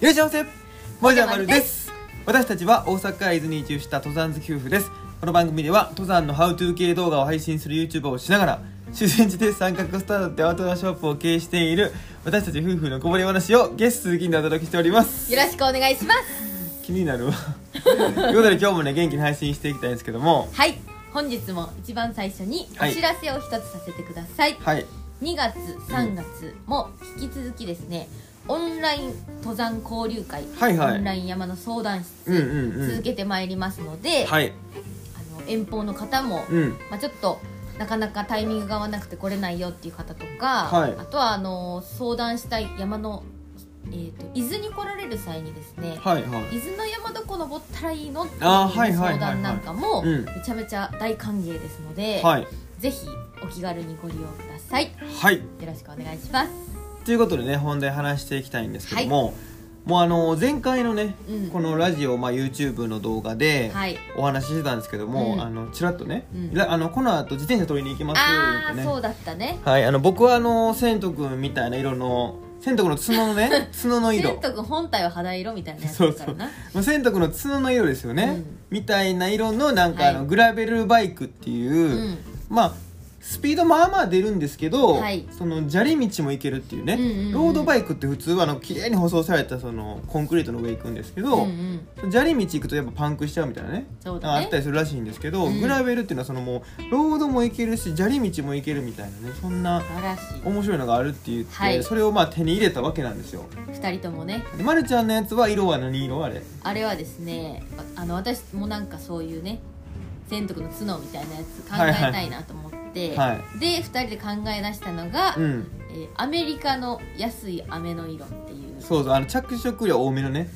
いらっしゃいませもじゃまるでです私たちは大阪から伊豆に移住した登山好き夫婦ですこの番組では登山のハウトゥー系動画を配信する YouTuber をしながら修善寺で三角スタートってアウトドアショップを経営している私たち夫婦のこぼれ話をゲスト続きにお届けしておりますよろしくお願いします気になるわということで今日もね元気に配信していきたいんですけどもはい本日も一番最初にお知らせを一つさせてください、はい2月3月も引き続きですねオンライン登山交流会、はいはいオンライン山の相談室、うんうんうん続けてまいりますので、はいあの遠方の方も、うんまあ、ちょっとなかなかタイミングが合わなくて来れないよっていう方とか、はいあとはあの相談したい山の、えー、と伊豆に来られる際にですね、はいはい伊豆の山どこ登ったらいいのっていうあーはいはいはいはい相談なんかもうんめちゃめちゃ大歓迎ですので、はいぜひお気軽にご利用くださいよはいろしくお願いしますということでね本題話していきたいんですけども、もうあの前回のね、うんこのラジオ、まあ、YouTube の動画ではいお話ししてたんですけども、うんあのちらっとね、うんらあのこの後自転車取りに行きますあっあ、てそうねだったねはいあの僕はあの千斗くんみたいな色の千斗くんの角の ね角の千色斗君本体は肌色みたいなやつだからなまあ千斗くんの角の色ですよね、うんみたいな色のなんかあの、はいグラベルバイクっていう、うんまあスピードまあまあ出るんですけど、はいその砂利道も行けるっていうね、うんうんうんロードバイクって普通はあの綺麗に舗装されたそのコンクリートの上行くんですけど、うんうん砂利道行くとやっぱパンクしちゃうみたいなねそうだあねったりするらしいんですけど、うんグラベルっていうのはそのもうロードも行けるし砂利道も行けるみたいなねそんな素晴らしい面白いのがあるって言って、はいそれをまあ手に入れたわけなんですよ二人ともねでまるちゃんのやつは色は何色あれあれはですねああの私もなんかそういうね千徳の角みたいなやつ考えたいなと思っはて、いで二人で考え出したのが、うんえーアメリカの安い飴の色っていうそうそうそうあの着色料多めのね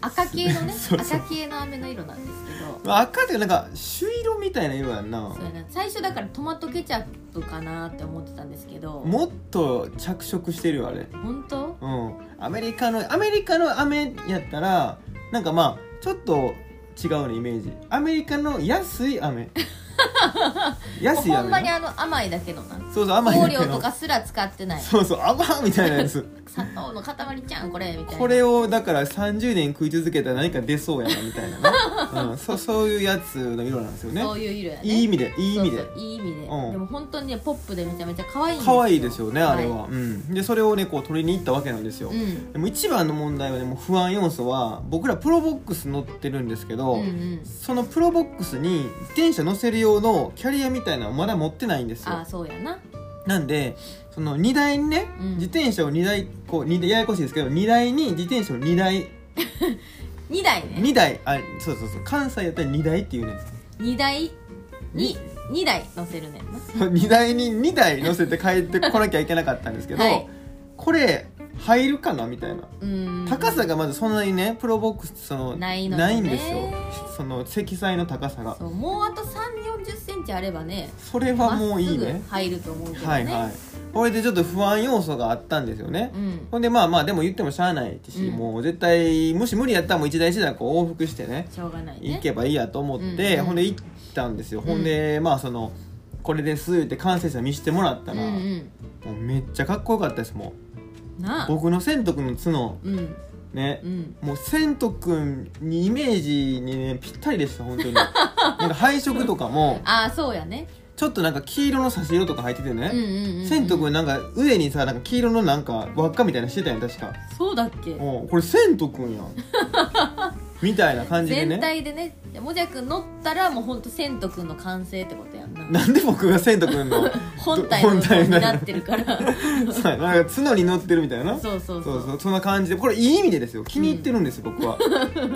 赤系のねそうそう赤系の飴の色なんですけどまあ赤っていうかなんか朱色みたいな色やんなそうやな最初だからトマトケチャップかなって思ってたんですけどもっと着色してるよあれ本当うんアメリカのアメリカの飴やったらなんかまあちょっと違うねイメージアメリカの安い 飴安いほんま飴にねあの甘いだけのなそうそう甘い香だけ料とのかすら使ってないそうそう甘みたいな やつ砂糖の塊ちゃんこれみたいなこれをだから30年食い続けたら何か出そうやなみたいな な、うん、そそういうやつの色なんですよねそういう色やねいい意味でいい意味でそうそういい意味で、うんでも本当にねポップでめちゃめちゃ可愛いん可愛いですよねあれは、いうんでそれをねこう取りに行ったわけなんですよ、うんでも一番の問題はねもう不安要素は僕らプロボックス乗ってるんですけど、うんうんそのプロボックスに自転車乗せる用のキャリアみたいなのまだ持ってないんですあよあそうやななんでその荷台にね、うん自転車を荷台こう荷台ややこしいですけど荷台に自転車を2台2台ね2台あそうそうそう関西やったら2台っていうね2台に2台乗せるねんな2台に2台乗せて帰ってこなきゃいけなかったんですけど、はいこれ入るかなみたいなうーん高さがまずそんなにねプロボックスってそのないのよねないんですよその積載の高さがそうもうあと3 4 0センチあればねそれはもういいねまっすぐ入ると思うけどね、はいはいこれでちょっと不安要素があったんですよね、うん、ほんでまあまあでも言ってもしゃあないし、うんもう絶対もし無理やったらもう一台一台こう往復してねしょうがないね行けばいいやと思って、うんうんほんで行ったんですよ、んほんでまあそのこれですって完成したの見せてもらったら、うんもうめっちゃかっこよかったですもうんうなあ僕の千徳の角うんねう、んもう千斗くんにイメージにねぴったりでした本当 になんか配色とかもああそうやねちょっとなんか黄色の差し色とか入っててうんね、うん、うん、千斗くんなんか上にさなんか黄色のなんか輪っかみたいなのしてたやん確かそうだっけおうこれ千斗くんやん みたいな感じで全ね体でねもじゃくん乗ったらもうほんと千とくんの完成ってことやんななんで僕が千斗くん の本体の本ににななってるからそうなんか角に乗ってるみたいなそうそうそそううそうそんな感じでこれいい意味でですよ気に入ってるんですよ、僕は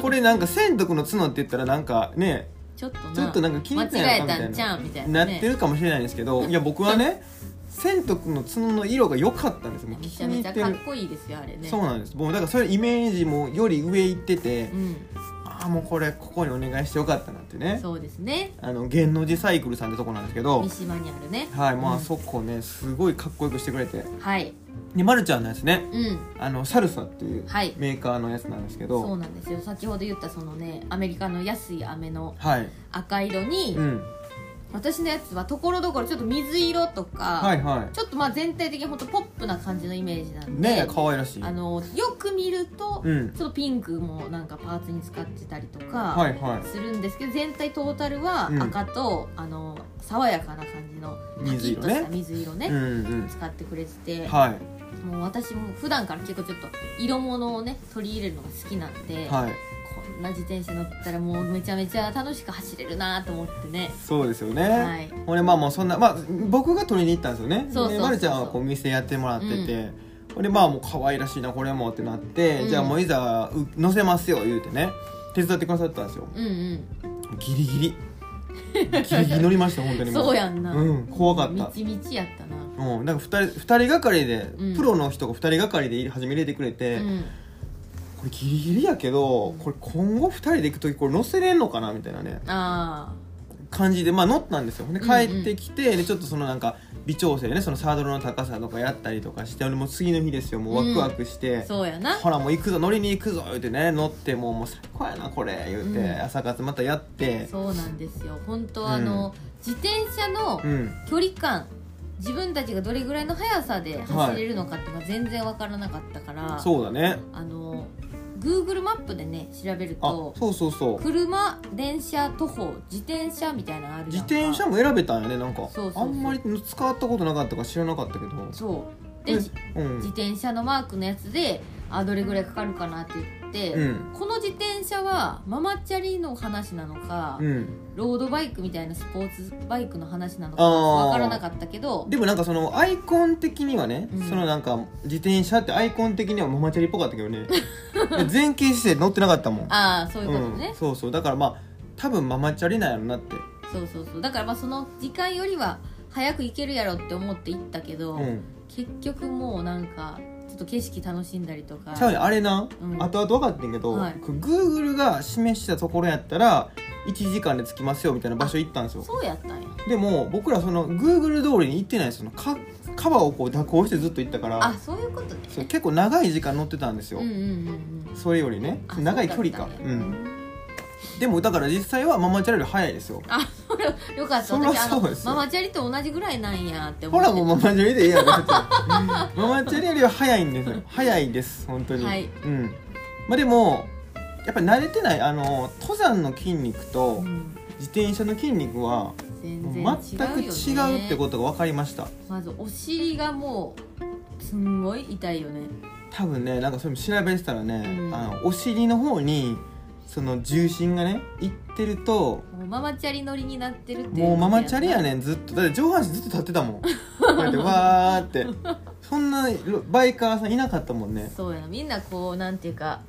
これなんか千斗くんの角って言ったらなんかねちょっとなちょっとなんか気に入ってな間いのかみたい違えなたんちゃうみたいななっねてるかもしれないんですけ どいや僕はね千とくんの角の色が良かったんですよもうめ気ちゃにめ入っちてゃかるっこいいですよあれねそうなんですもうだからそれイメージもより上行っててうんああもうこれここにお願いしてよかったなってねそうですねあの源の寺サイクルさんってとこなんですけど三島にあるねはいまうあんそこねすごいかっこよくしてくれてはいでまるちゃんのやつねうんあのサルサっていうはいメーカーのやつなんですけそどうなんですよ先ほど言ったそのねアメリカの安い飴のはい赤色にうん私のやつはところどころちょっと水色とか、はいはちょっとまあ全体的に本当ポップな感じのイメージなんでいねえ可愛らしいあのよく見ると、うんちょっとピンクもなんかパーツに使ってたりとはかいはいするんですけど、全体トータルはうん赤と、あの爽やかな感じの水色パキッとしねた水色ね、うんうん使ってくれてて、はもう私も普段から結構ちょっと色物をね取り入れるのが好きなんで、いはいこんな自転車乗ったらもうめちゃめちゃ楽しく走れるなと思ってねそうですよはねいほんでまあもうそんなまあ僕が取りに行ったんですよねそうそうそうでまるちゃんはこう店やってもらっててほんでまあもう可愛らしいなこれもってなってうんじゃあもういざう乗せますよ言うてね手伝ってくださったんですようんうんギリギリギリギリ乗りました本当にも そうやんな、うん怖かったみちみちやったなうん、なんか2人二人がかりで、うんプロの人が2人がかりで入れ始め入れてくれて、うんこれギリギリやけどこれ今後2人で行く時これ乗せれんのかなみたいなねあ感じで、まあ、乗ったんですよほんでうんうん帰ってきて、でちょっとそのなんか微調整ねそのサードルの高さとかやったりとかして俺もう次の日ですよもうワクワクして、あそうやなほらもう行くぞ乗りに行くぞ言うてね乗ってもうもう最高やなこれ言うて、うん朝活またやってそうなんですよ本うん当あの、自転車のうん距離感自分たちがどれぐらいの速さで走れるのかっていうのが全然わからなかったから、そうだねあの Google マップでね調べるあとそうそうそう車電車徒歩自転車みたいなのある自やんか転車も選べたんやねなんかそうそうそうあんまり使ったことなかったから知らなかったけどそうで、じう自ん、転車のマークのやつであどれぐらいかかるかなって言って、うんこの自転車はママチャリの話なのか、うん、ロードバイクみたいなスポーツバイクの話なのかあーわからなかったけどでもなんかそのアイコン的にはね、うんそのなんか自転車ってアイコン的にはママチャリっぽかったけどね 前傾姿勢乗ってなかったもんああそういうことうん、ね、そうそうだからまあ多分ママチャリなんやろなってそうそうそうだからまあその時間よりは早く行けるやろって思って行ったけど、うん結局もうなんかちょっと景色楽しんだりとかちゃうねあれな、うん後々分かってんけど、はいこれ Google が示したところやったら1時間で着きますよみたいな場所行ったんですよそうやったんやでも僕らその Google 通りに行ってないですそのか川をこう蛇行してずっと行ったからあそういうことねそう結構長い時間乗ってたんですよ、うんうんうんそれよりねうん長い距離かあそううだったんやんでもだから実際はママチャリより早いですよあそれよかったそら私あのそうですよママチャリと同じぐらいなんやって思ほってらもうママチャリでいいやろ別にマ マチャリよりは早いんですよ早いです本当に、はいうんまあでもやっぱり慣れてないあの登山の筋肉とうん自転車の筋肉は全然違うもうよ、ね、全く違うってことが分かりましたまずお尻がもうすんごい痛いよね多分ねなんかそれも調べてたらね、うんあのお尻の方にその重心がねいってるともうママチャリ乗りになってるっていうもうママチャリやねねんずっとだって上半身ずっと立ってたもんこうやってわー ってそんなバイカーさんいなかったもんねそうやみんなこうなんていうか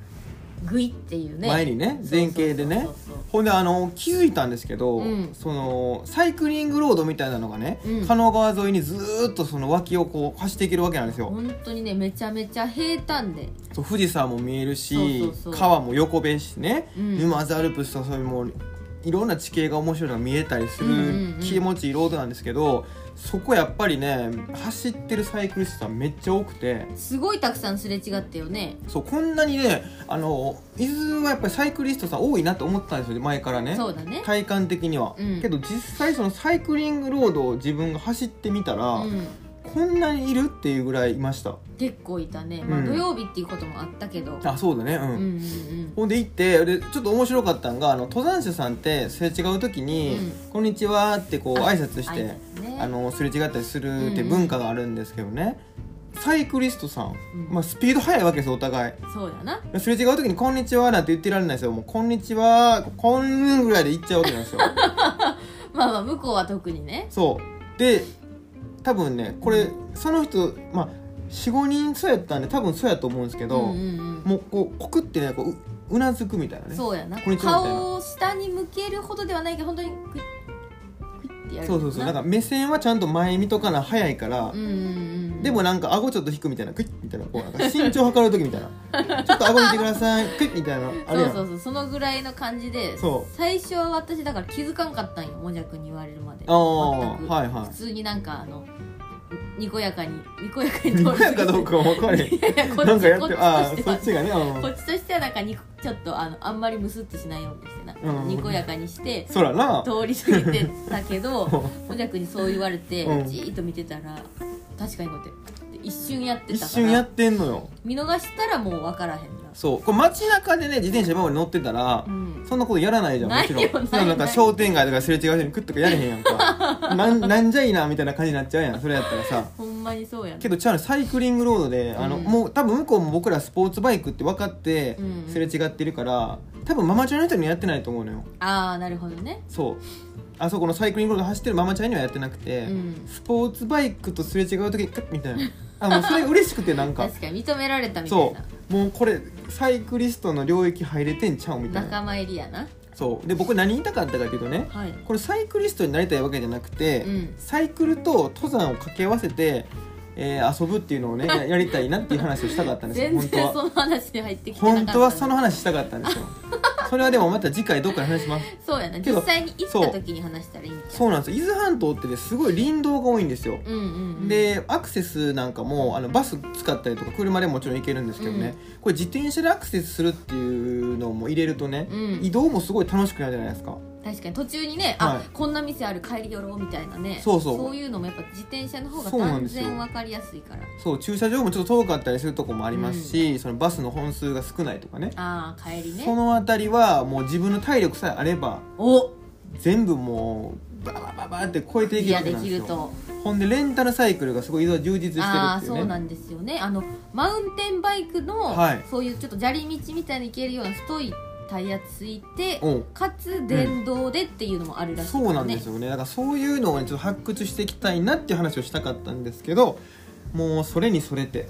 グイっていうね前にね前傾でねそうそうそうそうほんであの気づいたんですけど、うんそのサイクリングロードみたいなのがね、うん加納川沿いにずーっとその脇をこう走っていけるわけなんですよ、本当にねめちゃめちゃ平坦でそう富士山も見えるしそうそうそう川も横辺しね、うん沼津アルプスとかそういうもういろんな地形が面白いのが見えたりすうんうんるうん気持ちいいロードなんですけど、そこやっぱりね走ってるサイクリストさんめっちゃ多くてすごいたくさんすれ違ったよねそうこんなにねあの伊豆はやっぱりサイクリストさん多いなと思ってたんですよ前からねそうだね体感的には、うんけど実際そのサイクリングロードを自分が走ってみたら、うんこんなにいるっていうぐらいいました結構いたね、うまあ、ん土曜日っていうこともあったけど、あそうだねうんうん、うんうんほんで行ってでちょっと面白かったんがあの登山者さんってすれ違う時に「こんにちは」ってこうあ挨拶して挨拶ねあのすれ違ったりするってうんうん文化があるんですけどね、サイクリストさん、うんまあ、スピード速いわけですよお互い。そうやなすれ違う時に「こんにちは」なんて言ってられないですよ「もうこんにちは」「こん」ぐらいで言っちゃうわけなん ですよまあまあ向こうは特にねそうで多分ねこれその人まあ45人そうやったんで多分そうやと思うんですけど、うんうんもうこうコクってねこうううなずくみたいなうん、ねそうやなこんにちはみたいな顔を下に向けるほどではないけど本当にクイックイッてやるそうそうそうなんか目線はちゃんと前見とかな早いからう、んうんうんでもなんか顎ちょっと引くみたいなクイッみたいなこうなんか身長測る時みたいなちょっと顎見てくださいクイッみたいなあそれやう んそうそうそのぐらいの感じでそう最初は私だから気づかんかったんよもじゃくんに言われるまであー全くはいはい普通になんかあのにこやかににこやかににこ通やり過ぎてかどうかも分かれへんいやいやこっちなんかやっこてあっあちそとっしてちがねうはこんっちとしてはなんかにちょっとあのあんまりムスっとしないようにしてな、うんにこやかにしてそらな通り過ぎてたけど う小くにそう言われてうんじーっと見てたら確かにこうやって一瞬やってた一か瞬やらってんのよ見逃したらもう分からへんなそうこれ街中でね自転車今まで乗ってたらう、んそんなことやらないじゃんもちろんないよないそんなんか商店街とかすれ違う人にクッとかやれへんやん かなんなんじゃいなみたいな感じになっちゃうやんそれやったらさほんまにそうやなけどちゃうねサイクリングロードであの、うんもう多分向こうも僕らスポーツバイクって分かってうんすれ違ってるから多分ママチャリの人にはやってないと思うのよああなるほどねそうあそこのサイクリングロード走ってるママチャリにはやってなくて、うんスポーツバイクとすれ違う時クッみたいなあもうそれが嬉しくてなんか確かに認められたみたいそなうもうこれサイクリストの領域入れてんちゃうみたいな仲間入りやなそうで僕何言いたかったかというとねはいこれサイクリストになりたいわけじゃなくて、うんサイクルと登山を掛け合わせて、えー遊ぶっていうのをねややりたいなっていう話をしたかったんですよ全本当然はその話に入ってきてなかった本当はその話したかったんですよそれはでもまた次回どっかで話しますそうやなけど実際に行った時に話したらいいんじゃそうなんですよ伊豆半島ってねすごい林道が多いんですよ、んうんうんうんでアクセスなんかもあのバス使ったりとか車でもちろん行けるんですけどね、これ自転車でアクセスするっていうのも入れるとね、うん移動もすごい楽しくなるじゃないですか確かに途中にね、はいあこんな店ある帰り寄ろうみたいなねそうそういうのもやっぱ自転車の方がそうなん断ですよ然分かりやすいからそう駐車場もちょっと遠かったりするとこもありますし、そのバスの本数が少ないとかねああ帰りそねの辺りはもう自分の体力さえあればお全部もうバババババって超えていけいるわやけでなんきですよるとほんでレンタルサイクルがすごい移動充実してるあっあていそううねなんですよねあのマウンテンバイクの、はいそういうちょっと砂利道みたいに行けるような太いタイヤついてうんかつ電動でっていうのもあるらしいから、ねそうなんですよねだからそういうのをねちょっと発掘していきたいなっていう話をしたかったんですけどもうそれにそれ て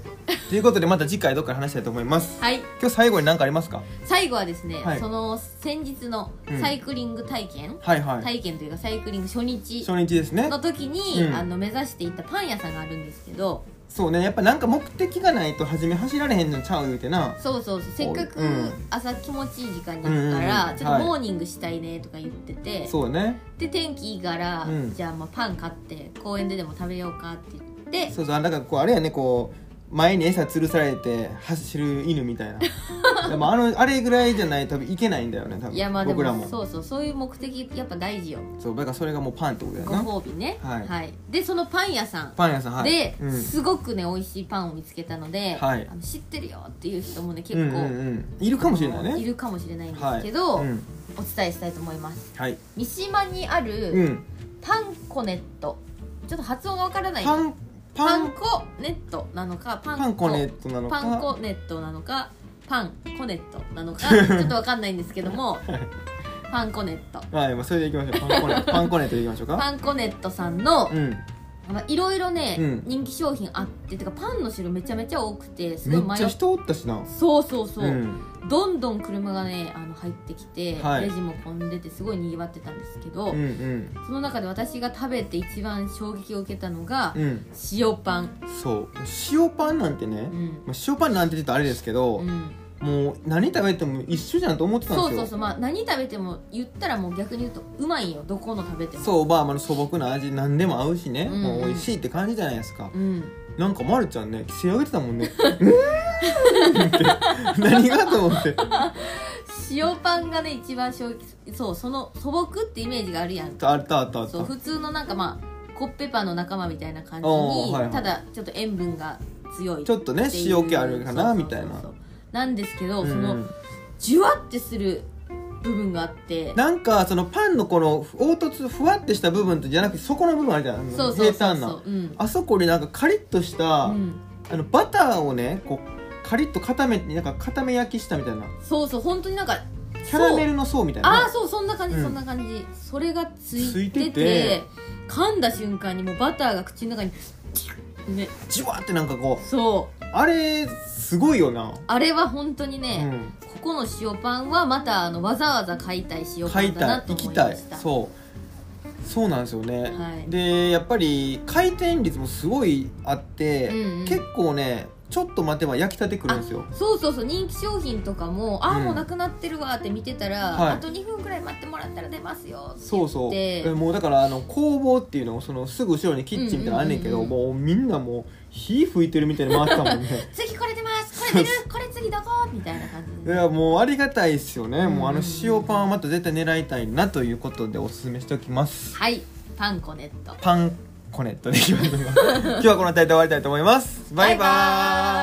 ということでまた次回どっかで話したいと思いますはい今日最後に何かありますか最後はですね、はいその先日のサイクリング体験、はいはい体験というかサイクリング初日初日ですねの時に、うんあの目指していったパン屋さんがあるんですけどそうねやっぱなんか目的がないと初め走られへんのちゃう言うてなそうそうそうせっかくうん朝気持ちいい時間に行くかうんうんら、うんちょっはいとモーニングしたいねとか言ってて、そうねで天気いいから、うんじゃあまあパン買って公園ででも食べようかって言ってそうそうあだからこうあれやねこう前に餌吊るされて走る犬みたいな でもあのあれぐらいじゃないと多分いけないんだよね多分いやまあで僕らももそうそうそうそういう目的やっぱ大事よだからそれがもうパンってことだよごな褒美ねはいでそのパン屋さんパン屋さんはいで、うんすごくね美味しいパンを見つけたので、はいあの知ってるよっていう人もね結うんうん構、うん、いるかもしれないねあのいるかもしれないんですはいけど、うんお伝えしたいと思いますはい三島にある、うん、パンコネットちょっと発音がわからないパンパパンンコネットなのかパンパンコネットなのかパンコネットなのかパンコネット なのかちょっとわかんないんですけどもパンコネットはい、まあ、それでいきましょう パンコネットパンコネットでいきましょうかパンコネットさんのうんまあいろいろね、うん人気商品あっててかパンの種類めちゃめちゃ多くてすめごいっち迷ゃっ人おったしなそうそうそう、ん、どんどん車がねあの入ってきて、はいレジも混んでてすごいにぎわってたんですけど、うんうんその中で私が食べて一番衝撃を受けたのが、うん塩パン、そう塩パンなんてねう、んまあ、塩パンなんて言うとあれですけど、うん、もう何食べても一緒じゃんと思ってたんそでうすそようそうまあ何食べても言ったらもう逆に言うとうまいよどこの食べてもそうまあまあ素朴な味何でも合うしね、うんうんもう美味しいって感じじゃないですか、うんなんかまるちゃんね着せ上げてたもんねうーんって何がと思って塩パンがね一番衝撃そうその素朴ってイメージがあるやんあったあったあったそう普通のなんかまあコッペパンの仲間みたいな感じおーに、はいはいただちょっと塩分が強いちょっとねていう塩気あるかなみたいそうそうなそうなんですけど、うんそのジュワってする部分があってなんかそのパンのこの凹凸ふわってした部分とじゃなくてそこの部分あるじゃんあのそうそ平うそう坦そなう、うんあそこになんかカリッとした、うん、あのバターをねこうカリッと固めなんか固め焼きしたみたいなそうそう本当になんかキャラメルの層みたいああなーそうそんな感じ、うんそんな感じそれがつついいてててて噛んだ瞬間にもうバターが口の中にねじわってなんかこうそうあれすごいよな、あれは本当にうね、ん、ここの塩パンはまたあのわざわざ買いたい塩パ買いンだたないと行思いきましたいそうそうなんですよね、はいでやっぱり回転率もすごいあって、うんうん結構ねちょっと待てば焼きたてくるんですよそうそうそう人気商品とかもああ、うんもうなくなってるわって見てたら、はいあと2分くらい待ってもらったら出ますよってそ言うそうっえてもうだからあの工房っていうのをそのすぐ後ろにキッチンみたいなのあんねんけど、うんうんもうみんなもう火吹いてるみたいに回ってたも んね次これ出ますこれ出る これ次どこみたいな感じいでやもうありがたいですよね、もうあのうん塩パンはまた絶対狙いたいなということでおすすめしておきますはいパンコネット パンコネットでいきます今日はこの辺りで終わりたいと思いますバイババイバーイ